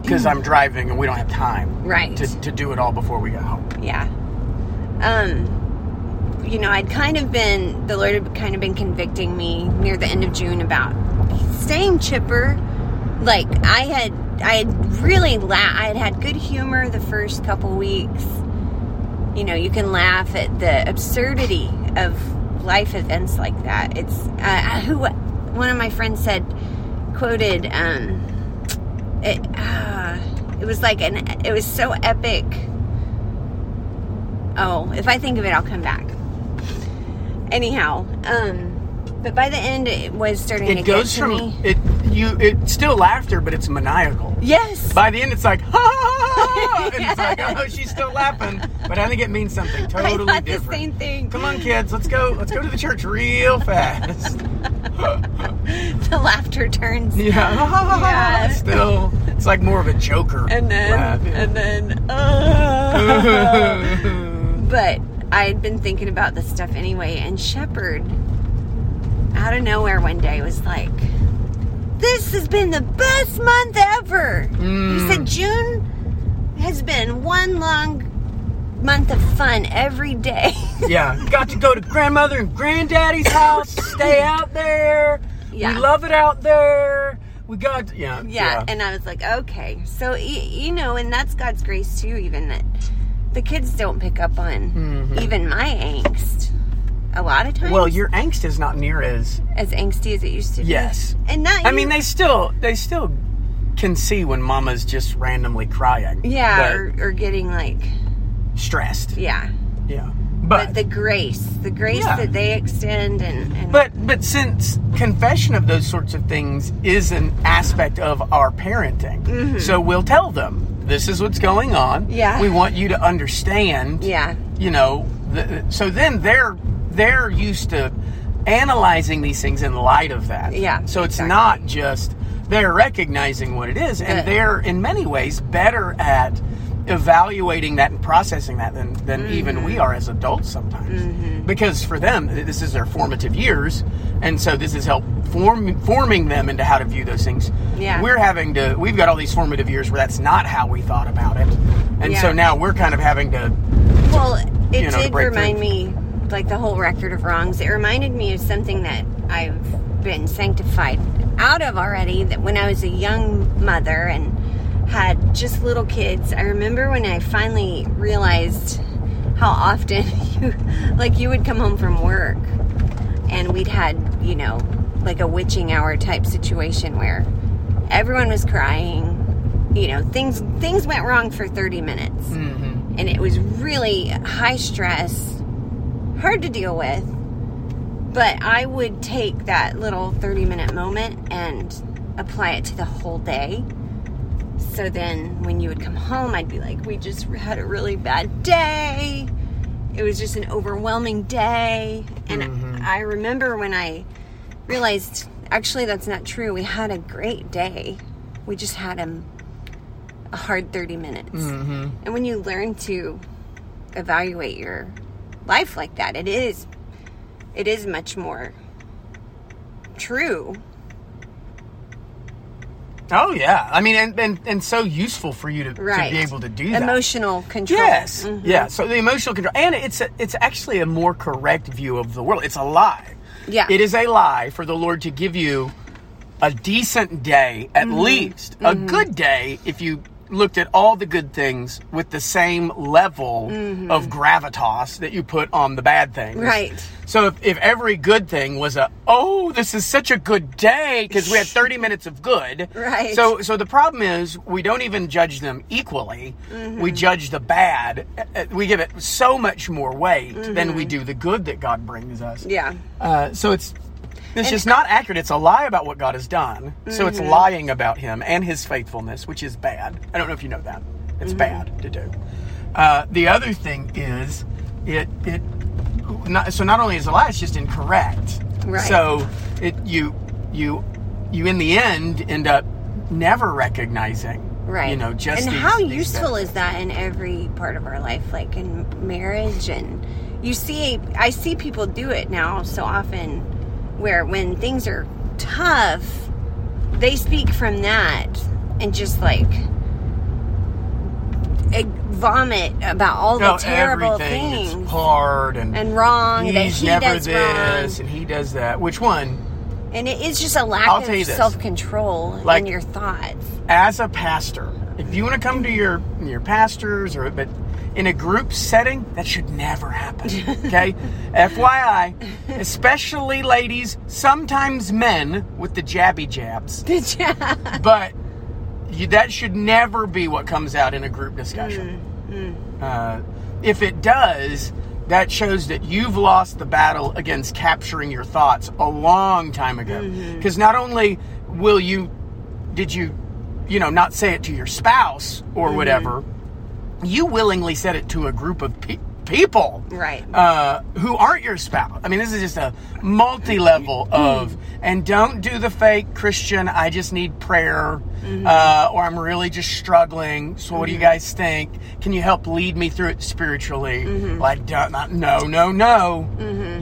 Speaker 2: because I'm driving and we don't have time
Speaker 1: right?
Speaker 2: to, to do it all before we get home.
Speaker 1: yeah um you know i'd kind of been the lord had kind of been convicting me near the end of june about staying chipper like i had i had really la- i had had good humor the first couple weeks you know you can laugh at the absurdity of life events like that it's uh, who one of my friends said quoted um it, uh, it was like an it was so epic Oh, if I think of it, I'll come back. Anyhow, um, but by the end, it was starting to
Speaker 2: It goes
Speaker 1: get to
Speaker 2: from
Speaker 1: me.
Speaker 2: it you it's still laughter, but it's maniacal.
Speaker 1: Yes.
Speaker 2: By the end, it's like, ha ha ha! And it's like, oh, she's still laughing. But I think it means
Speaker 1: I
Speaker 2: something totally
Speaker 1: thought
Speaker 2: different.
Speaker 1: the same thing.
Speaker 2: Come on, kids, let's go. Let's go to the church real fast.
Speaker 1: The laughter turns.
Speaker 2: Yeah.
Speaker 1: Yeah.
Speaker 2: Still, it's like more of a joker.
Speaker 1: And then,
Speaker 2: laugh.
Speaker 1: and then, uh, but I had been thinking about this stuff anyway, and Shepard, out of nowhere one day, was like, "This has been the best month ever." He
Speaker 2: Mm.
Speaker 1: said June has been one long month of fun every day.
Speaker 2: yeah. Got to go to grandmother and granddaddy's house. Stay out there.
Speaker 1: Yeah.
Speaker 2: We love it out there. We got yeah.
Speaker 1: yeah, and I was like, okay, so y- you know, and that's God's grace too. Even that the kids don't pick up on
Speaker 2: Mhm.
Speaker 1: even my angst. A lot of times,
Speaker 2: well, your angst is not near as
Speaker 1: as angsty as it used to be.
Speaker 2: yes.
Speaker 1: and that
Speaker 2: I mean, they still they still can see when mama's just randomly crying.
Speaker 1: Yeah,
Speaker 2: But
Speaker 1: or, or getting like,
Speaker 2: stressed.
Speaker 1: yeah.
Speaker 2: Yeah.
Speaker 1: But the grace, the grace
Speaker 2: Yeah.
Speaker 1: that they extend and, and
Speaker 2: But but since confession of those sorts of things is an aspect of our parenting, so we'll tell them this is what's going on.
Speaker 1: Mm-hmm. Yeah.
Speaker 2: we want you to understand.
Speaker 1: yeah,
Speaker 2: you know. The, so then they're they're used to analyzing these things in light of that.
Speaker 1: Yeah,
Speaker 2: So it's
Speaker 1: exactly.
Speaker 2: not just they're recognizing what it is, and
Speaker 1: But-
Speaker 2: they're in many ways better at evaluating that and processing that than, than even
Speaker 1: Mm-hmm.
Speaker 2: we are as adults sometimes. Because for them, th- this is their formative years, and so this is help form forming them into how to view those things.
Speaker 1: Yeah.
Speaker 2: We're having to we've got all these formative years where that's not how we thought about it. And so
Speaker 1: Yeah.
Speaker 2: now we're kind of having to
Speaker 1: Well, it
Speaker 2: you know, to
Speaker 1: did
Speaker 2: break
Speaker 1: remind
Speaker 2: through.
Speaker 1: me, like the whole record of wrongs, it reminded me of something that I've been sanctified out of already. That when I was a young mother and had just little kids, I remember when I finally realized how often you, like, you would come home from work and we'd had, you know, like a witching hour type situation where everyone was crying. You know, things things went wrong for 30 minutes and it was really high stress, hard to deal with. But I would take that little 30 minute moment and apply it to the whole day. So then when you would come home, I'd be like, we just had a really bad day. It was just an overwhelming day. And I remember when I realized actually that's not true. We had a great day. We just had a, a hard 30 minutes. And when you learn to evaluate your life like that, it is it is much more true.
Speaker 2: Oh yeah, I mean, and and, and so useful for you to,
Speaker 1: Right.
Speaker 2: to be able to do that.
Speaker 1: Emotional control.
Speaker 2: Yes.
Speaker 1: Mhm.
Speaker 2: Yeah. So the emotional control, and it's a, it's actually a more correct view of the world. It's a lie.
Speaker 1: Yeah.
Speaker 2: It is a lie for the Lord to give you a decent day, at
Speaker 1: Mm-hmm.
Speaker 2: least a good day, if you looked at all the good things with the same level of gravitas that you put on the bad things.
Speaker 1: Mm-hmm. Right.
Speaker 2: So if, if every good thing was a oh this is such a good day because we had 30 minutes of good.
Speaker 1: Right.
Speaker 2: So so the problem is we don't even judge them equally. We judge the bad. uh, uh, We give it so much more weight than we do the good that God brings us.
Speaker 1: Yeah.
Speaker 2: Uh, so it's it's just not accurate. It's a lie about what God has done. So
Speaker 1: Mm-hmm.
Speaker 2: it's lying about Him and His faithfulness, which is bad. I don't know if you know that.
Speaker 1: Mm-hmm.
Speaker 2: It's bad to do. Uh, the other thing is it it not, so not only is it a lie, it's just incorrect.
Speaker 1: Right.
Speaker 2: So it you you you in the end end up never recognizing.
Speaker 1: Right.
Speaker 2: You know just
Speaker 1: And
Speaker 2: these-
Speaker 1: how
Speaker 2: these
Speaker 1: useful
Speaker 2: benefits.
Speaker 1: is that in every part of our life like in marriage and you see I see people do it now so often where when things are tough they speak from that and just like eh, vomit about all the
Speaker 2: No,
Speaker 1: terrible
Speaker 2: Oh, everything is
Speaker 1: things
Speaker 2: hard and,
Speaker 1: and wrong that
Speaker 2: he's
Speaker 1: he
Speaker 2: never
Speaker 1: does
Speaker 2: this
Speaker 1: wrong
Speaker 2: and he does that. Which one?
Speaker 1: and it is just a lack
Speaker 2: I'll tell you
Speaker 1: of
Speaker 2: this.
Speaker 1: self-control
Speaker 2: Like-
Speaker 1: in your thoughts
Speaker 2: as a pastor, if you want to come to your your pastors or but in a group setting, that should never happen. Okay? FYI, especially ladies, sometimes men with the jabby jabs,
Speaker 1: yeah
Speaker 2: but you, that should never be what comes out in a group discussion. Uh, if it does, that shows that you've lost the battle against capturing your thoughts a long time ago. Because not only will you, did you, you know, not say it to your spouse or whatever, you willingly said it to a group of pe- people
Speaker 1: right
Speaker 2: uh, who aren't your spouse. I mean, this is just a multi level of, and don't do the fake Christian, I just need prayer, uh, or I'm really just struggling. So, what do you guys think? Can you help lead me through it spiritually? Like, don't, not, no, no, no.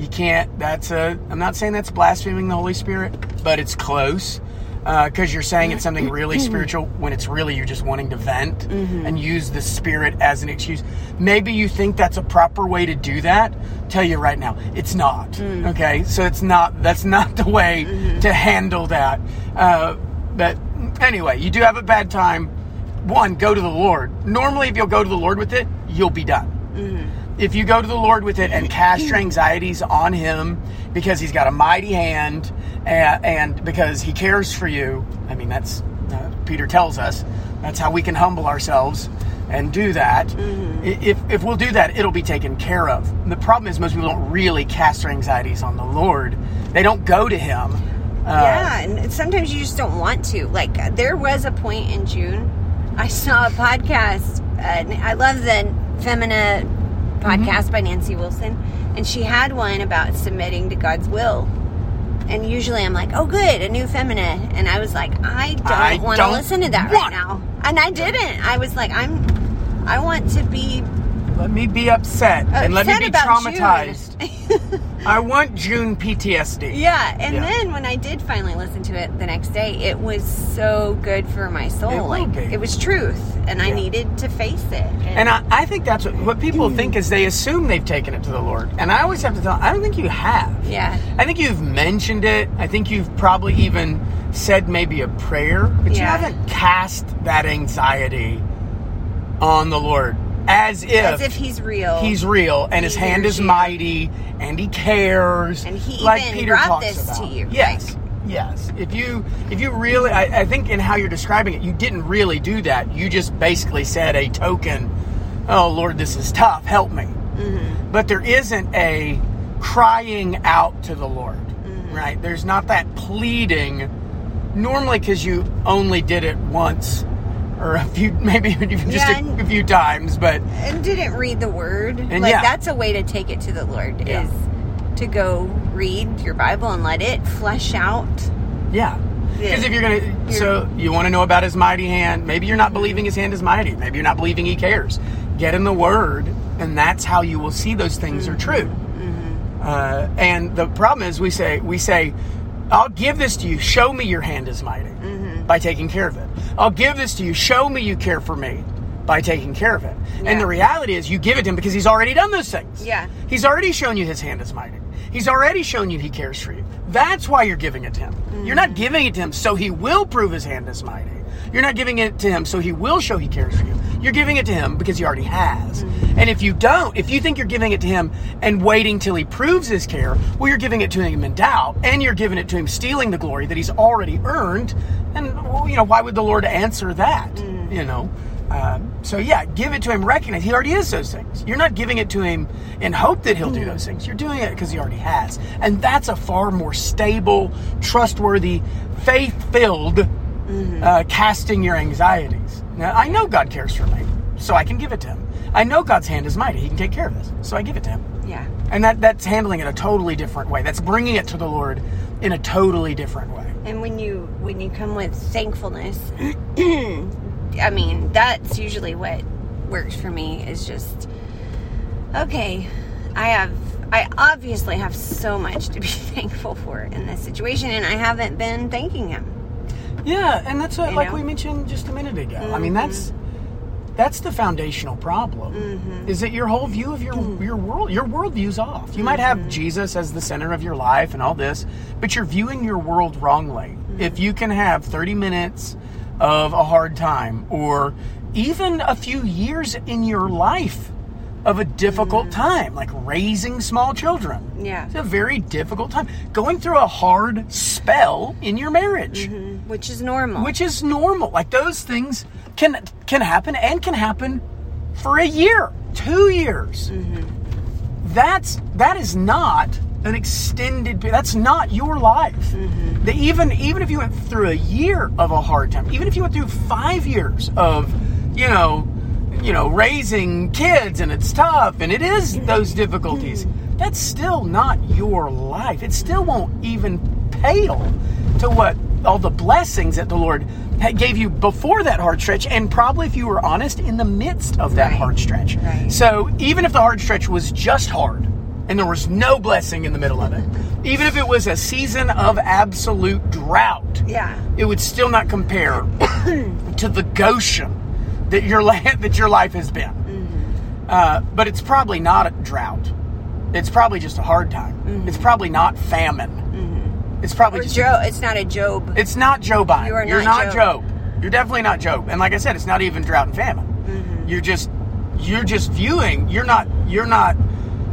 Speaker 2: You can't. That's a, I'm not saying that's blaspheming the Holy Spirit, but it's close. Because Uh, you're saying it's something really spiritual when it's really you're just wanting to vent and use the spirit as an excuse. Maybe you think that's a proper way to do that. Tell you right now, it's not. Okay, so it's not. That's not the way to handle that. Uh, but anyway, you do have a bad time. One, go to the Lord. Normally, if you'll go to the Lord with it, you'll be done if you go to the Lord with it and cast your anxieties on Him because He's got a mighty hand and, and because He cares for you, I mean, that's uh, Peter tells us. That's how we can humble ourselves and do that.
Speaker 1: Mm-hmm.
Speaker 2: I- If, if we'll do that, it'll be taken care of. The problem is, most people don't really cast their anxieties on the Lord, they don't go to Him. Uh,
Speaker 1: yeah, and sometimes you just don't want to. Like uh, there was a point in June, I saw a podcast. Uh, and I love the Femina podcast
Speaker 2: Mm-hmm.
Speaker 1: by Nancy Wilson, and she had one about submitting to God's will. And usually I'm like, oh, good, a new Femina, and I was like, I
Speaker 2: I
Speaker 1: don't want to
Speaker 2: don't
Speaker 1: listen to that
Speaker 2: want-
Speaker 1: right now, and I didn't. I was like, I'm, I want to be
Speaker 2: Let me be upset and let me
Speaker 1: Uh, upset
Speaker 2: be
Speaker 1: about June.
Speaker 2: traumatized. I want June PTSD.
Speaker 1: Yeah, and
Speaker 2: Yeah.
Speaker 1: then when I did finally listen to it the next day, it was so good for my soul.
Speaker 2: It will
Speaker 1: like
Speaker 2: be.
Speaker 1: it was truth, and I
Speaker 2: Yeah.
Speaker 1: needed to face it.
Speaker 2: And I, I think that's what, what
Speaker 1: Mm.
Speaker 2: people think is they assume they've taken it to the Lord. And I always have to tell I don't think you have.
Speaker 1: yeah,
Speaker 2: I think you've mentioned it. I think you've probably even said maybe a prayer, but
Speaker 1: Yeah.
Speaker 2: you haven't cast that anxiety on the Lord as if,
Speaker 1: as if he's real.
Speaker 2: he's real and his
Speaker 1: He
Speaker 2: hand
Speaker 1: hears
Speaker 2: is
Speaker 1: you.
Speaker 2: mighty and he cares.
Speaker 1: And he
Speaker 2: like
Speaker 1: even
Speaker 2: Peter
Speaker 1: brought
Speaker 2: talks
Speaker 1: this to
Speaker 2: about.
Speaker 1: you,
Speaker 2: Yes. Yes. If you if you really I, I think in how you're describing it, you didn't really do that. You just basically said a token, oh Lord, this is tough, help me.
Speaker 1: Mm-hmm.
Speaker 2: But there isn't a crying out to the Lord.
Speaker 1: Mm-hmm.
Speaker 2: Right? There's not that pleading normally because you only did it once or a few maybe even just
Speaker 1: Yeah,
Speaker 2: a,
Speaker 1: and-
Speaker 2: a few times but
Speaker 1: and didn't read the word.
Speaker 2: And
Speaker 1: like
Speaker 2: yeah.
Speaker 1: that's a way to take it to the Lord
Speaker 2: Yeah.
Speaker 1: is to go read your Bible and let it flesh out.
Speaker 2: Yeah.
Speaker 1: Yeah.
Speaker 2: Because if you're gonna, so you want to know about his mighty hand. Maybe you're not believing his hand is mighty. Maybe you're not believing he cares. Get in the word, and that's how you will see those things are true.
Speaker 1: Mm-hmm.
Speaker 2: Uh, and the problem is, we say, we say, I'll give this to you. Show me your hand is mighty
Speaker 1: Mm-hmm.
Speaker 2: by taking care of it. I'll give this to you. Show me you care for me by taking care of it.
Speaker 1: Yeah.
Speaker 2: And the reality is, you give it to him because he's already done those things.
Speaker 1: Yeah.
Speaker 2: He's already shown you his hand is mighty. He's already shown you he cares for you. That's why you're giving it to him. You're not giving it to him so he will prove his hand is mighty. You're not giving it to him so he will show he cares for you. You're giving it to him because he already has. And if you don't, if you think you're giving it to him and waiting till he proves his care, well, you're giving it to him in doubt and you're giving it to him stealing the glory that he's already earned. And, well, you know, why would the Lord answer that? You know? Um, so yeah, give it to him. Recognize he already is those things. You're not giving it to him in hope that he'll do those things. You're doing it because he already has, and that's a far more stable, trustworthy, faith-filled uh, casting your anxieties. Now I know God cares for me, so I can give it to him. I know God's hand is mighty; He can take care of this, so I give it to him.
Speaker 1: Yeah.
Speaker 2: And that that's handling it a totally different way. That's bringing it to the Lord in a totally different way.
Speaker 1: and when you when you come with thankfulness i mean that's usually what works for me is just okay i have i obviously have so much to be thankful for in this situation and i haven't been thanking him
Speaker 2: Yeah, and that's what,
Speaker 1: You
Speaker 2: like
Speaker 1: know? Mm-hmm.
Speaker 2: we mentioned just a minute ago. I mean, that's that's the foundational problem. Is that your whole view of your
Speaker 1: Mm.
Speaker 2: your world, your worldview's off. You might
Speaker 1: Mm-hmm.
Speaker 2: have Jesus as the center of your life and all this, but you're viewing your world wrongly.
Speaker 1: Mm-hmm.
Speaker 2: If you can have 30 minutes of a hard time or even a few years in your life of a difficult time, like raising small children.
Speaker 1: Mm-hmm. Yeah.
Speaker 2: It's a very difficult time. Going through a hard spell in your marriage
Speaker 1: Mm-hmm. which is normal
Speaker 2: which is normal. Like those things can can happen and can happen for a year, two years. That's that is not an extended. pe- That's not your life.
Speaker 1: Mm-hmm.
Speaker 2: That even even if you went through a year of a hard time, even if you went through five years of, you know, you know, raising kids and it's tough and it
Speaker 1: Mm-hmm.
Speaker 2: is those difficulties. That's still not your life. It still won't even pale to what all the blessings that the Lord had gave you before that hard stretch, and probably if you were honest, in the midst of that
Speaker 1: Right.
Speaker 2: hard stretch.
Speaker 1: Right.
Speaker 2: So even if the hard stretch was just hard and there was no blessing in the middle of it, even if it was a season of absolute drought,
Speaker 1: yeah
Speaker 2: it would still not compare to the Goshen that your land that your life has been. Uh, but it's probably not a drought. It's probably just a hard time. It's probably not famine. It's probably
Speaker 1: or
Speaker 2: just
Speaker 1: job it's not a job
Speaker 2: it's not Joe Biden.
Speaker 1: You are
Speaker 2: You're
Speaker 1: not
Speaker 2: not
Speaker 1: Job.
Speaker 2: Job. You're definitely not Job. And like I said, it's not even drought and famine.
Speaker 1: Mm-hmm.
Speaker 2: You're just you're just viewing. You're not you're not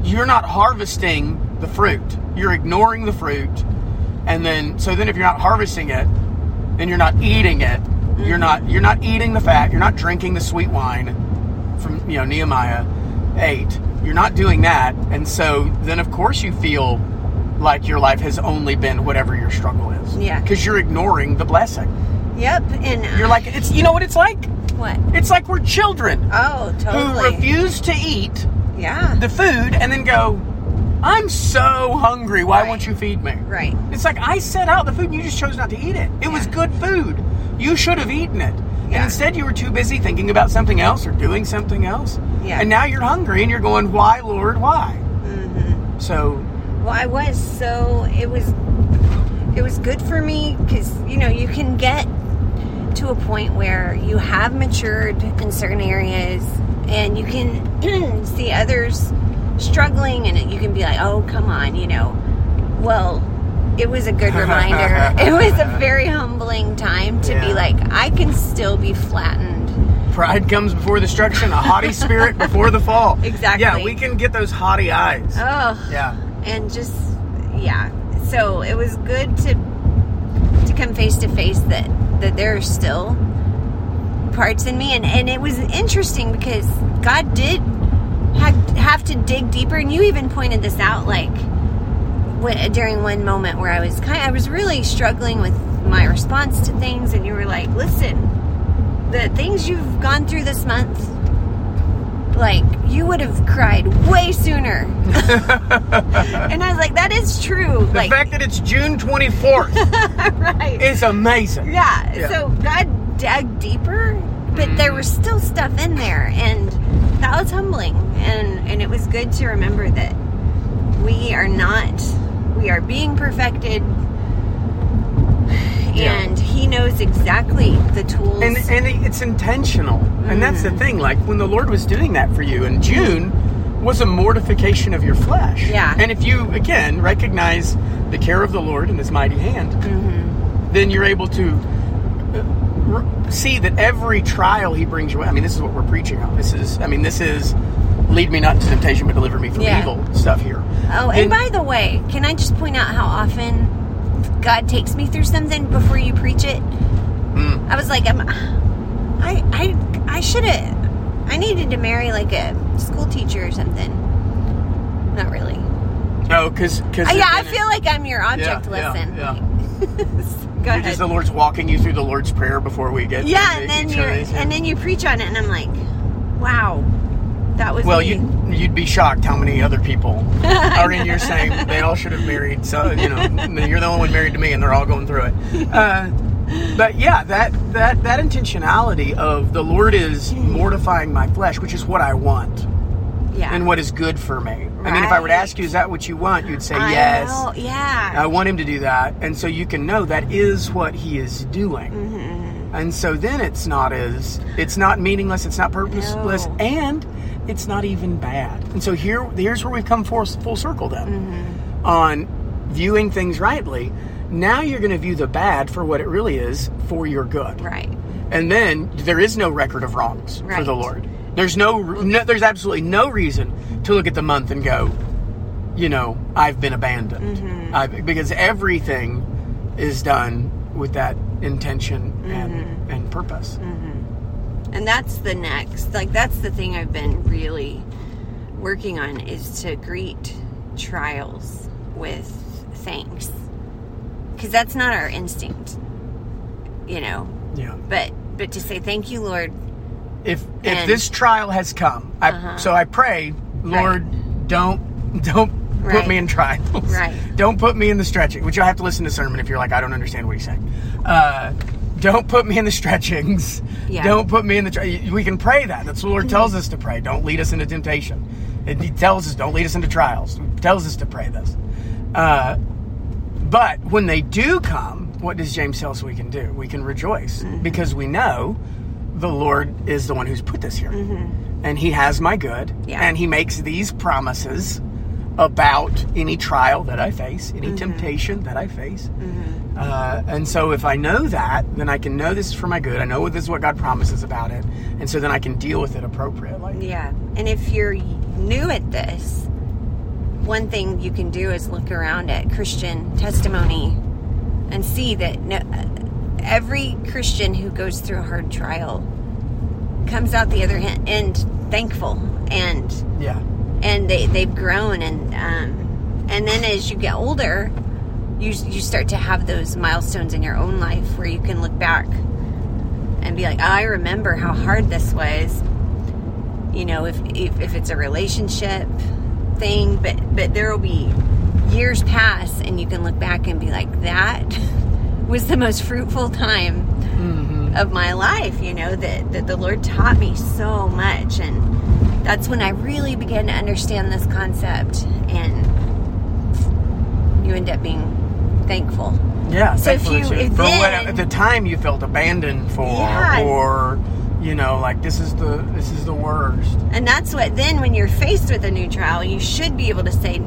Speaker 2: you're not harvesting the fruit. You're ignoring the fruit. And then so then if you're not harvesting it, then you're not eating it. You're not you're not eating the fat. You're not drinking the sweet wine from you know Nehemiah eight. You're not doing that, and so then of course you feel like your life has only been whatever your struggle is.
Speaker 1: Yeah.
Speaker 2: Because you're ignoring the blessing.
Speaker 1: Yep. And uh,
Speaker 2: You're like it's you know what it's like.
Speaker 1: what?
Speaker 2: It's like we're children
Speaker 1: Oh,
Speaker 2: who
Speaker 1: totally.
Speaker 2: refuse to eat
Speaker 1: yeah.
Speaker 2: the food and then go, I'm so hungry. Why won't
Speaker 1: Right.
Speaker 2: you feed me?
Speaker 1: right.
Speaker 2: It's like I set out the food and you just chose not to eat it. It was
Speaker 1: Yeah.
Speaker 2: good food. You should have eaten it. And
Speaker 1: Yeah.
Speaker 2: instead, you were too busy thinking about something else or doing something else.
Speaker 1: Yeah.
Speaker 2: And now you're hungry and you're going, why, Lord, why? Mm-hmm. So,
Speaker 1: Well, I was so it was it was good for me because you know you can get to a point where you have matured in certain areas and you can see others struggling and you can be like, oh come on, you know. Well, it was a good reminder. it was a very humbling time to be
Speaker 2: Yeah.
Speaker 1: like, I can still be flattened.
Speaker 2: pride comes before destruction, a haughty spirit before the fall.
Speaker 1: Exactly.
Speaker 2: Yeah, we can get those haughty eyes.
Speaker 1: Oh.
Speaker 2: Yeah.
Speaker 1: and just yeah so it was good to to come face to face that that there are still parts in me and and it was interesting because god did have, have to dig deeper and you even pointed this out like when, during one moment where i was kind i was really struggling with my response to things and you were like listen the things you've gone through this month like you would have cried way sooner and i was like that is true
Speaker 2: The
Speaker 1: like
Speaker 2: fact that it's June 24th
Speaker 1: right
Speaker 2: is amazing.
Speaker 1: yeah,
Speaker 2: Yeah. Mm.
Speaker 1: So God dug deeper, but there was still stuff in there, and that was humbling. And and it was good to remember that we are not, we are being perfected,
Speaker 2: Yeah.
Speaker 1: and He knows exactly the tools.
Speaker 2: and and it- it's intentional and that's
Speaker 1: Mm.
Speaker 2: the thing like when the lord was doing that for you in june was a mortification of your flesh
Speaker 1: Yeah.
Speaker 2: and if you again recognize the care of the lord and his mighty hand
Speaker 1: Mm-hmm.
Speaker 2: then you're able to uh, r- see that every trial he brings you i mean this is what we're preaching on this is i mean this is lead me not into temptation but deliver me from
Speaker 1: Yeah.
Speaker 2: evil stuff here
Speaker 1: oh, and, by the way, can I just point out how often God takes me through something before you preach it?
Speaker 2: Mm.
Speaker 1: I was like, I'm, I, I, I should have. I needed to marry like a school teacher or something. Not really.
Speaker 2: no because because
Speaker 1: Uh, yeah, I feel like I'm your object
Speaker 2: yeah,
Speaker 1: lesson.
Speaker 2: yeah.
Speaker 1: Go ahead.
Speaker 2: because the lord's walking you through the lord's prayer before we get
Speaker 1: yeah,
Speaker 2: to
Speaker 1: and then
Speaker 2: each
Speaker 1: you
Speaker 2: other's-
Speaker 1: and then you preach on it, and I'm like, wow, that was
Speaker 2: Well,
Speaker 1: me.
Speaker 2: you'd, you'd be shocked how many other people are in your same. They all should have married. So you know, you're the only one married to me, and they're all going through it. Uh, but yeah, that that that intentionality of the Lord is
Speaker 1: Hmm.
Speaker 2: mortifying my flesh, which is what I want
Speaker 1: yeah.
Speaker 2: and what is good for me. I mean, if I were to
Speaker 1: Right.
Speaker 2: ask you, is that what you want? You'd say
Speaker 1: I
Speaker 2: yes.
Speaker 1: know, yeah.
Speaker 2: I want him to do that, and so you can know that is what he is doing. And so then it's not as it's not meaningless, it's not purposeless,
Speaker 1: No.
Speaker 2: and it's not even bad. And so here, here's where we've come full, full circle then on viewing things rightly. Now you're going to view the bad for what it really is for your good,
Speaker 1: right.
Speaker 2: and then there is no record of wrongs for
Speaker 1: Right.
Speaker 2: the Lord. There's no, no, there's absolutely no reason to look at the month and go, you know, I've been abandoned, i because everything is done with that intention and and purpose.
Speaker 1: and that's the next like that's the thing i've been really working on is to greet trials with thanks because that's not our instinct you know
Speaker 2: Yeah.
Speaker 1: but but to say thank you lord
Speaker 2: If if
Speaker 1: And- Uh-huh.
Speaker 2: this trial has come, I so I pray, Lord, don't don't put
Speaker 1: Right.
Speaker 2: me in trials.
Speaker 1: Right.
Speaker 2: Don't put me in the stretching. Which you'll have to listen to sermon if you're like, I don't understand what he's saying. Uh, don't put me in the stretchings.
Speaker 1: Yeah.
Speaker 2: Don't put me in the. Tri- we can pray that. That's what the Lord tells us to pray. Don't lead us into temptation. And He tells us don't lead us into trials. He tells us to pray this. Uh, but when they do come, what does James tell us we can do? We can rejoice because we know the Lord is the one who's put this here. And He has my good.
Speaker 1: Yeah.
Speaker 2: And He makes these promises about any trial that I face, any temptation that I face. Uh, and so if I know that, then I can know this is for my good. I know this is what God promises about it. And so then I can deal with it appropriately.
Speaker 1: yeah and if you're new at this one thing you can do is look around at christian testimony and see that no, every Christian who goes through a hard trial comes out the other hand end thankful and
Speaker 2: Yeah.
Speaker 1: and they they've grown and um, and then as you get older you you start to have those milestones in your own life where you can look back and be like i remember how hard this was you know if if, if it's a relationship thing but but there will be years pass and you can look back and be like that was the most fruitful time
Speaker 2: Mm-hmm.
Speaker 1: of my life you know that, that the lord taught me so much and that's when i really began to understand this concept and you end up being thankful
Speaker 2: Yeah.
Speaker 1: So if
Speaker 2: thankfully
Speaker 1: you-
Speaker 2: too.
Speaker 1: if
Speaker 2: for what
Speaker 1: then-
Speaker 2: at the time you felt abandoned for,
Speaker 1: Yeah.
Speaker 2: or you know, like this is the this is the worst.
Speaker 1: and that's what then when you're faced with a new trial you should be able to say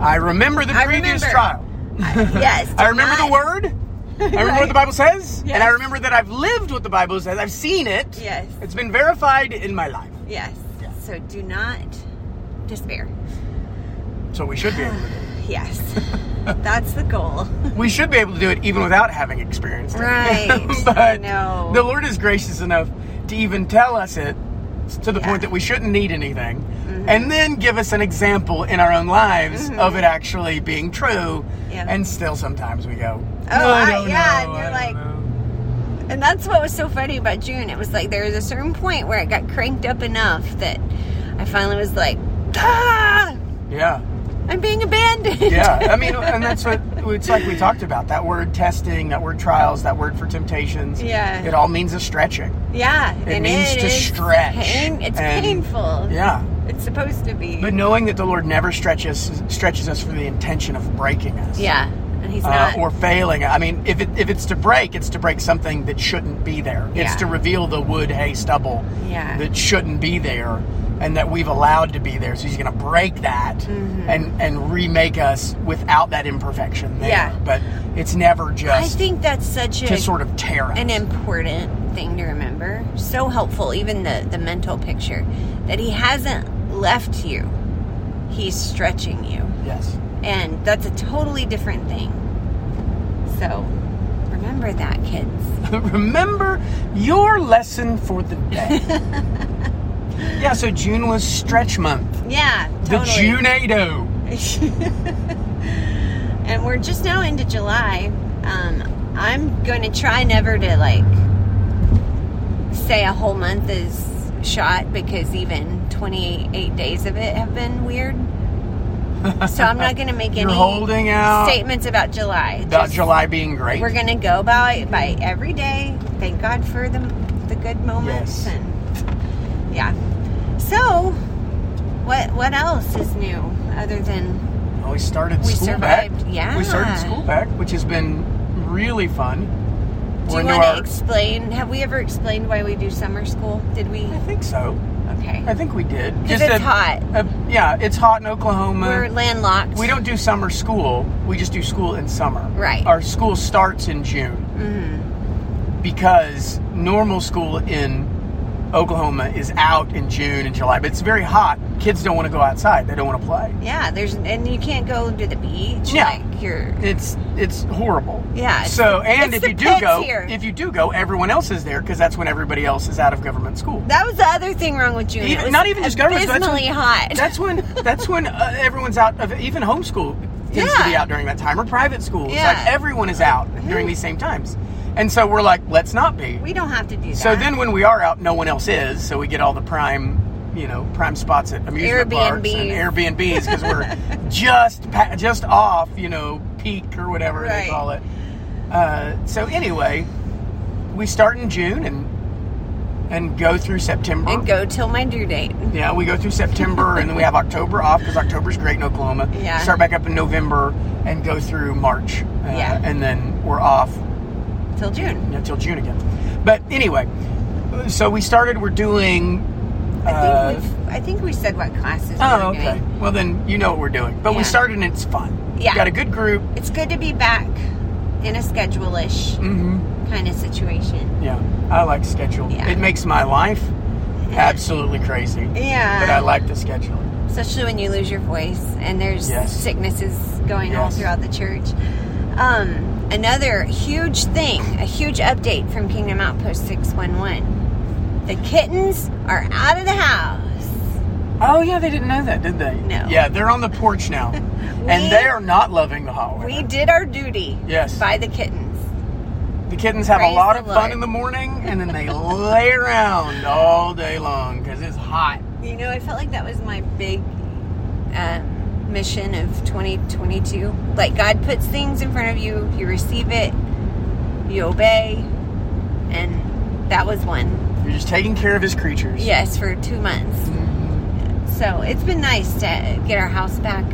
Speaker 2: I remember the
Speaker 1: I
Speaker 2: previous
Speaker 1: remember.
Speaker 2: trial.
Speaker 1: yes
Speaker 2: I remember the
Speaker 1: not-
Speaker 2: word. I remember what
Speaker 1: Right.
Speaker 2: the Bible says, and I
Speaker 1: Yes.
Speaker 2: remember that I've lived what the Bible says. I've seen it.
Speaker 1: yes
Speaker 2: It's been verified in my life,
Speaker 1: yes
Speaker 2: Yeah.
Speaker 1: so do not despair
Speaker 2: so we should be able to do it.
Speaker 1: yes that's the goal
Speaker 2: We should be able to do it even without having experienced it.
Speaker 1: Right. I
Speaker 2: but
Speaker 1: know.
Speaker 2: the Lord is gracious enough to even tell us it to
Speaker 1: Yeah.
Speaker 2: the
Speaker 1: Mm-hmm.
Speaker 2: point that we shouldn't need anything, and then give us an example in our own lives of it actually being true.
Speaker 1: Yeah.
Speaker 2: And still, sometimes we go,
Speaker 1: Oh,
Speaker 2: "No,
Speaker 1: I-
Speaker 2: no,
Speaker 1: yeah," and
Speaker 2: no,
Speaker 1: you're
Speaker 2: I don't
Speaker 1: like,
Speaker 2: know."
Speaker 1: And that's what was so funny about June. It was like there was a certain point where it got cranked up enough that I finally was like, ah,
Speaker 2: yeah.
Speaker 1: I'm being abandoned.
Speaker 2: yeah i mean and that's what it's like we talked about that word testing that word trials that word for temptations
Speaker 1: Yeah.
Speaker 2: it all means a stretching
Speaker 1: yeah.
Speaker 2: It means to stretch
Speaker 1: Pain, it's
Speaker 2: and-
Speaker 1: painful.
Speaker 2: yeah
Speaker 1: It's supposed to be.
Speaker 2: but knowing that the lord never stretches stretches us for the intention of breaking us
Speaker 1: yeah. And he's
Speaker 2: uh,
Speaker 1: not.
Speaker 2: or failing i mean if, it, if it's to break it's to break something that shouldn't be there it's
Speaker 1: Yeah.
Speaker 2: to reveal the wood hay stubble
Speaker 1: Yeah.
Speaker 2: that shouldn't be there and that we've allowed to be there so he's going to break that
Speaker 1: Mm-hmm.
Speaker 2: and and remake us without that imperfection there
Speaker 1: Yeah.
Speaker 2: but it's never
Speaker 1: I
Speaker 2: just
Speaker 1: think that's such a
Speaker 2: to sort of tear us.
Speaker 1: an important thing to remember. So helpful, even the, the mental picture, that he hasn't left you, he's stretching you.
Speaker 2: yes.
Speaker 1: And that's a totally different thing. So remember that, kids.
Speaker 2: Remember your lesson for the day. yeah, so June was stretch month.
Speaker 1: Yeah,
Speaker 2: The
Speaker 1: totally.
Speaker 2: Junado.
Speaker 1: and we're just now into July. Um, I'm going to try never to like say a whole month is shot because even 28 days of it have been weird. So I'm not going to make
Speaker 2: You're
Speaker 1: any
Speaker 2: holding out
Speaker 1: statements about July.
Speaker 2: about
Speaker 1: Just-
Speaker 2: July being great.
Speaker 1: We're gonna go by by every day. Thank God for the the good moments
Speaker 2: Yes.
Speaker 1: and yeah. So, what what else is new other than
Speaker 2: Well, Oh, we started
Speaker 1: We
Speaker 2: school
Speaker 1: survived,
Speaker 2: back.
Speaker 1: yeah.
Speaker 2: We started school back, which has been really fun.
Speaker 1: do
Speaker 2: We're
Speaker 1: you
Speaker 2: into
Speaker 1: want to
Speaker 2: our-
Speaker 1: explain? Have we ever explained why we do summer school? Did we?
Speaker 2: I think so. I
Speaker 1: Okay,
Speaker 2: think we did.
Speaker 1: because it's hot.
Speaker 2: a- yeah, it's hot in Oklahoma.
Speaker 1: We're landlocked.
Speaker 2: We don't do summer school. We just do school in summer.
Speaker 1: Right.
Speaker 2: Our school starts in June
Speaker 1: Mhm.
Speaker 2: because normal school in Oklahoma is out in June and July, but it's very hot. Kids don't want to go outside. They don't want to play.
Speaker 1: Yeah, there's and you can't go to the beach.
Speaker 2: Yeah.
Speaker 1: like you're.
Speaker 2: It's it's horrible.
Speaker 1: Yeah, it's
Speaker 2: So
Speaker 1: the-
Speaker 2: and
Speaker 1: it's
Speaker 2: if
Speaker 1: the
Speaker 2: you do
Speaker 1: pits
Speaker 2: go,
Speaker 1: here.
Speaker 2: if you do go, everyone else is there because that's when everybody else is out of government school.
Speaker 1: That was the other thing wrong with June. It
Speaker 2: Even-
Speaker 1: was
Speaker 2: not even just government. That's
Speaker 1: Abysmally
Speaker 2: when,
Speaker 1: hot.
Speaker 2: That's when that's when uh, everyone's out of even homeschool tends to be
Speaker 1: Yeah.
Speaker 2: out during that time or private school. It's
Speaker 1: Yeah.
Speaker 2: Like everyone is out during these same times, and so we're like, let's not be.
Speaker 1: we don't have to do that.
Speaker 2: So then when we are out, no one else is. So we get all the prime, you know, prime spots at amusement parks and
Speaker 1: Airbnbs.
Speaker 2: Airbnbs because we're just pa- just off, you know, peak or whatever
Speaker 1: Right.
Speaker 2: they call it. Uh, so anyway, we start in June and and go through September.
Speaker 1: and go till my due date.
Speaker 2: Yeah, we go through September and then we have October off because October's great in Oklahoma.
Speaker 1: Yeah.
Speaker 2: Start back up in November and go through March. Uh,
Speaker 1: Yeah.
Speaker 2: And then we're off
Speaker 1: till June.
Speaker 2: until June again. But anyway, so we started, we're doing.
Speaker 1: I
Speaker 2: uh,
Speaker 1: think we've, I think we said what classes.
Speaker 2: oh,
Speaker 1: we were
Speaker 2: okay.
Speaker 1: Doing.
Speaker 2: Well, then you know what we're doing. But
Speaker 1: Yeah.
Speaker 2: we started and it's fun.
Speaker 1: Yeah.
Speaker 2: Got a good group.
Speaker 1: It's good to be back in a schedule-ish
Speaker 2: Mm-hmm.
Speaker 1: kind of situation.
Speaker 2: Yeah. I like schedule.
Speaker 1: Yeah.
Speaker 2: It makes my life absolutely crazy.
Speaker 1: Yeah.
Speaker 2: But I like the schedule.
Speaker 1: Especially when you lose your voice and there's
Speaker 2: Yes.
Speaker 1: sicknesses going all
Speaker 2: Yes.
Speaker 1: throughout the church. Um, and another huge thing, a huge update from Kingdom Outpost 611. The kittens are out of the house.
Speaker 2: Oh yeah, they didn't know that, did they?
Speaker 1: No.
Speaker 2: Yeah, they're on the porch now,
Speaker 1: We-
Speaker 2: and they are not loving the hot weather.
Speaker 1: We did our duty
Speaker 2: Yes.
Speaker 1: by the kittens.
Speaker 2: The kittens have a
Speaker 1: Praise
Speaker 2: lot
Speaker 1: the
Speaker 2: of fun
Speaker 1: Lord.
Speaker 2: in the morning, and then they lay around all day long because it's hot.
Speaker 1: You know, I felt like that was my big uh, mission of 2022. Like, God puts things in front of you, you receive it, you obey, and that was one.
Speaker 2: You're just taking care of his creatures.
Speaker 1: Yes, for two months. So it's been nice to get our house back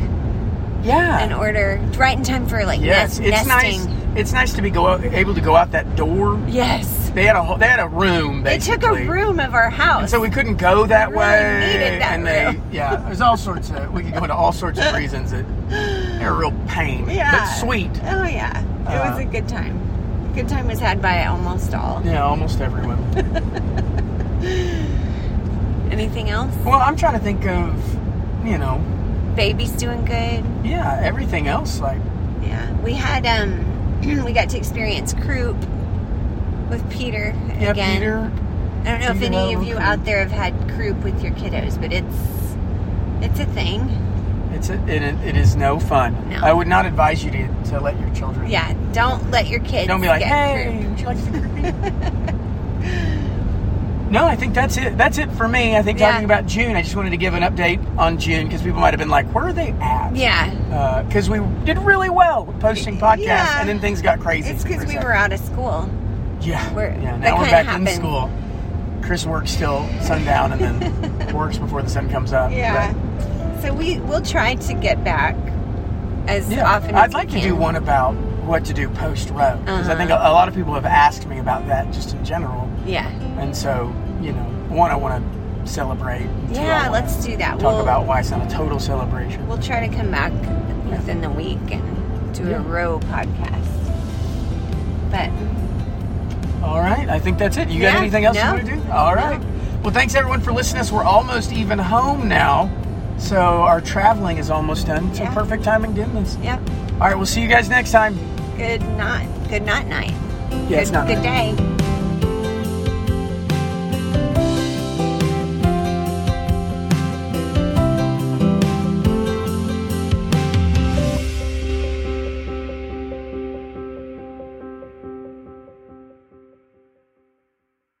Speaker 2: Yeah.
Speaker 1: in order, right in time for like
Speaker 2: yes,
Speaker 1: nest-
Speaker 2: it's
Speaker 1: nesting.
Speaker 2: nice. It's nice to be go out, able to go out that door.
Speaker 1: Yes,
Speaker 2: They had a whole- they had a room.
Speaker 1: they took a
Speaker 2: basically.
Speaker 1: room of our
Speaker 2: And
Speaker 1: house.
Speaker 2: so we couldn't go that
Speaker 1: Really
Speaker 2: way.
Speaker 1: needed that
Speaker 2: and they,
Speaker 1: room.
Speaker 2: yeah, there's all sorts of, we could go into all sorts of reasons that they're a real pain.
Speaker 1: yeah,
Speaker 2: But sweet.
Speaker 1: Oh yeah, it
Speaker 2: Uh,
Speaker 1: was a good time. Good time was had by almost all.
Speaker 2: Yeah, almost everyone.
Speaker 1: Anything else?
Speaker 2: well, I'm trying to think of, you know,
Speaker 1: Baby's doing good.
Speaker 2: yeah, everything else. Like,
Speaker 1: Yeah, we had um, we got to experience croup with Peter
Speaker 2: yeah,
Speaker 1: again.
Speaker 2: Peter.
Speaker 1: I don't know if
Speaker 2: Peter
Speaker 1: any of
Speaker 2: Allen
Speaker 1: you
Speaker 2: Croup.
Speaker 1: out there have had croup with your kiddos, but it's it's a thing.
Speaker 2: It's a, it, it is no fun.
Speaker 1: No.
Speaker 2: I would not advise you to, to let your children.
Speaker 1: Yeah, don't let your kids
Speaker 2: Don't be like,
Speaker 1: get
Speaker 2: hey,
Speaker 1: croup.
Speaker 2: would you like to creepy? No, I think that's it. That's it for me. I think
Speaker 1: Yeah.
Speaker 2: talking about June, I just wanted to give an update on June because people might have been like, where are they at?
Speaker 1: Yeah,
Speaker 2: Because we did really well with posting podcasts
Speaker 1: Yeah.
Speaker 2: and then things got crazy.
Speaker 1: it's
Speaker 2: for
Speaker 1: because
Speaker 2: a
Speaker 1: we
Speaker 2: second.
Speaker 1: were out of school.
Speaker 2: Yeah.
Speaker 1: We're-
Speaker 2: yeah.
Speaker 1: that
Speaker 2: Now we're
Speaker 1: kinda
Speaker 2: back
Speaker 1: happened.
Speaker 2: in school. Chris works till sundown and then works before the sun comes up.
Speaker 1: Yeah.
Speaker 2: But,
Speaker 1: So we will try to get back as
Speaker 2: yeah.
Speaker 1: often.
Speaker 2: I'd
Speaker 1: as
Speaker 2: like
Speaker 1: we
Speaker 2: to
Speaker 1: can.
Speaker 2: do one about what to do post row because I think a,
Speaker 1: Uh-huh.
Speaker 2: a lot of people have asked me about that just in general,
Speaker 1: Yeah.
Speaker 2: and so you know, one I want to celebrate. and two, I
Speaker 1: Yeah.
Speaker 2: wanna
Speaker 1: Let's do that.
Speaker 2: talk
Speaker 1: we'll,
Speaker 2: about why it's not a total celebration.
Speaker 1: We'll try to come back within the week and do
Speaker 2: Yeah.
Speaker 1: a row podcast. But
Speaker 2: All right, I think that's it. You got
Speaker 1: Yeah,
Speaker 2: anything else you
Speaker 1: no.
Speaker 2: want to do? All right. Well, thanks everyone for listening. to us. We're almost even home now, so our traveling is almost done. So
Speaker 1: Yeah.
Speaker 2: perfect timing, did this.
Speaker 1: yep.
Speaker 2: All right, we'll see you guys next time.
Speaker 1: Good night. Good night. Night.
Speaker 2: Yeah, it's
Speaker 1: good,
Speaker 2: not
Speaker 1: good day.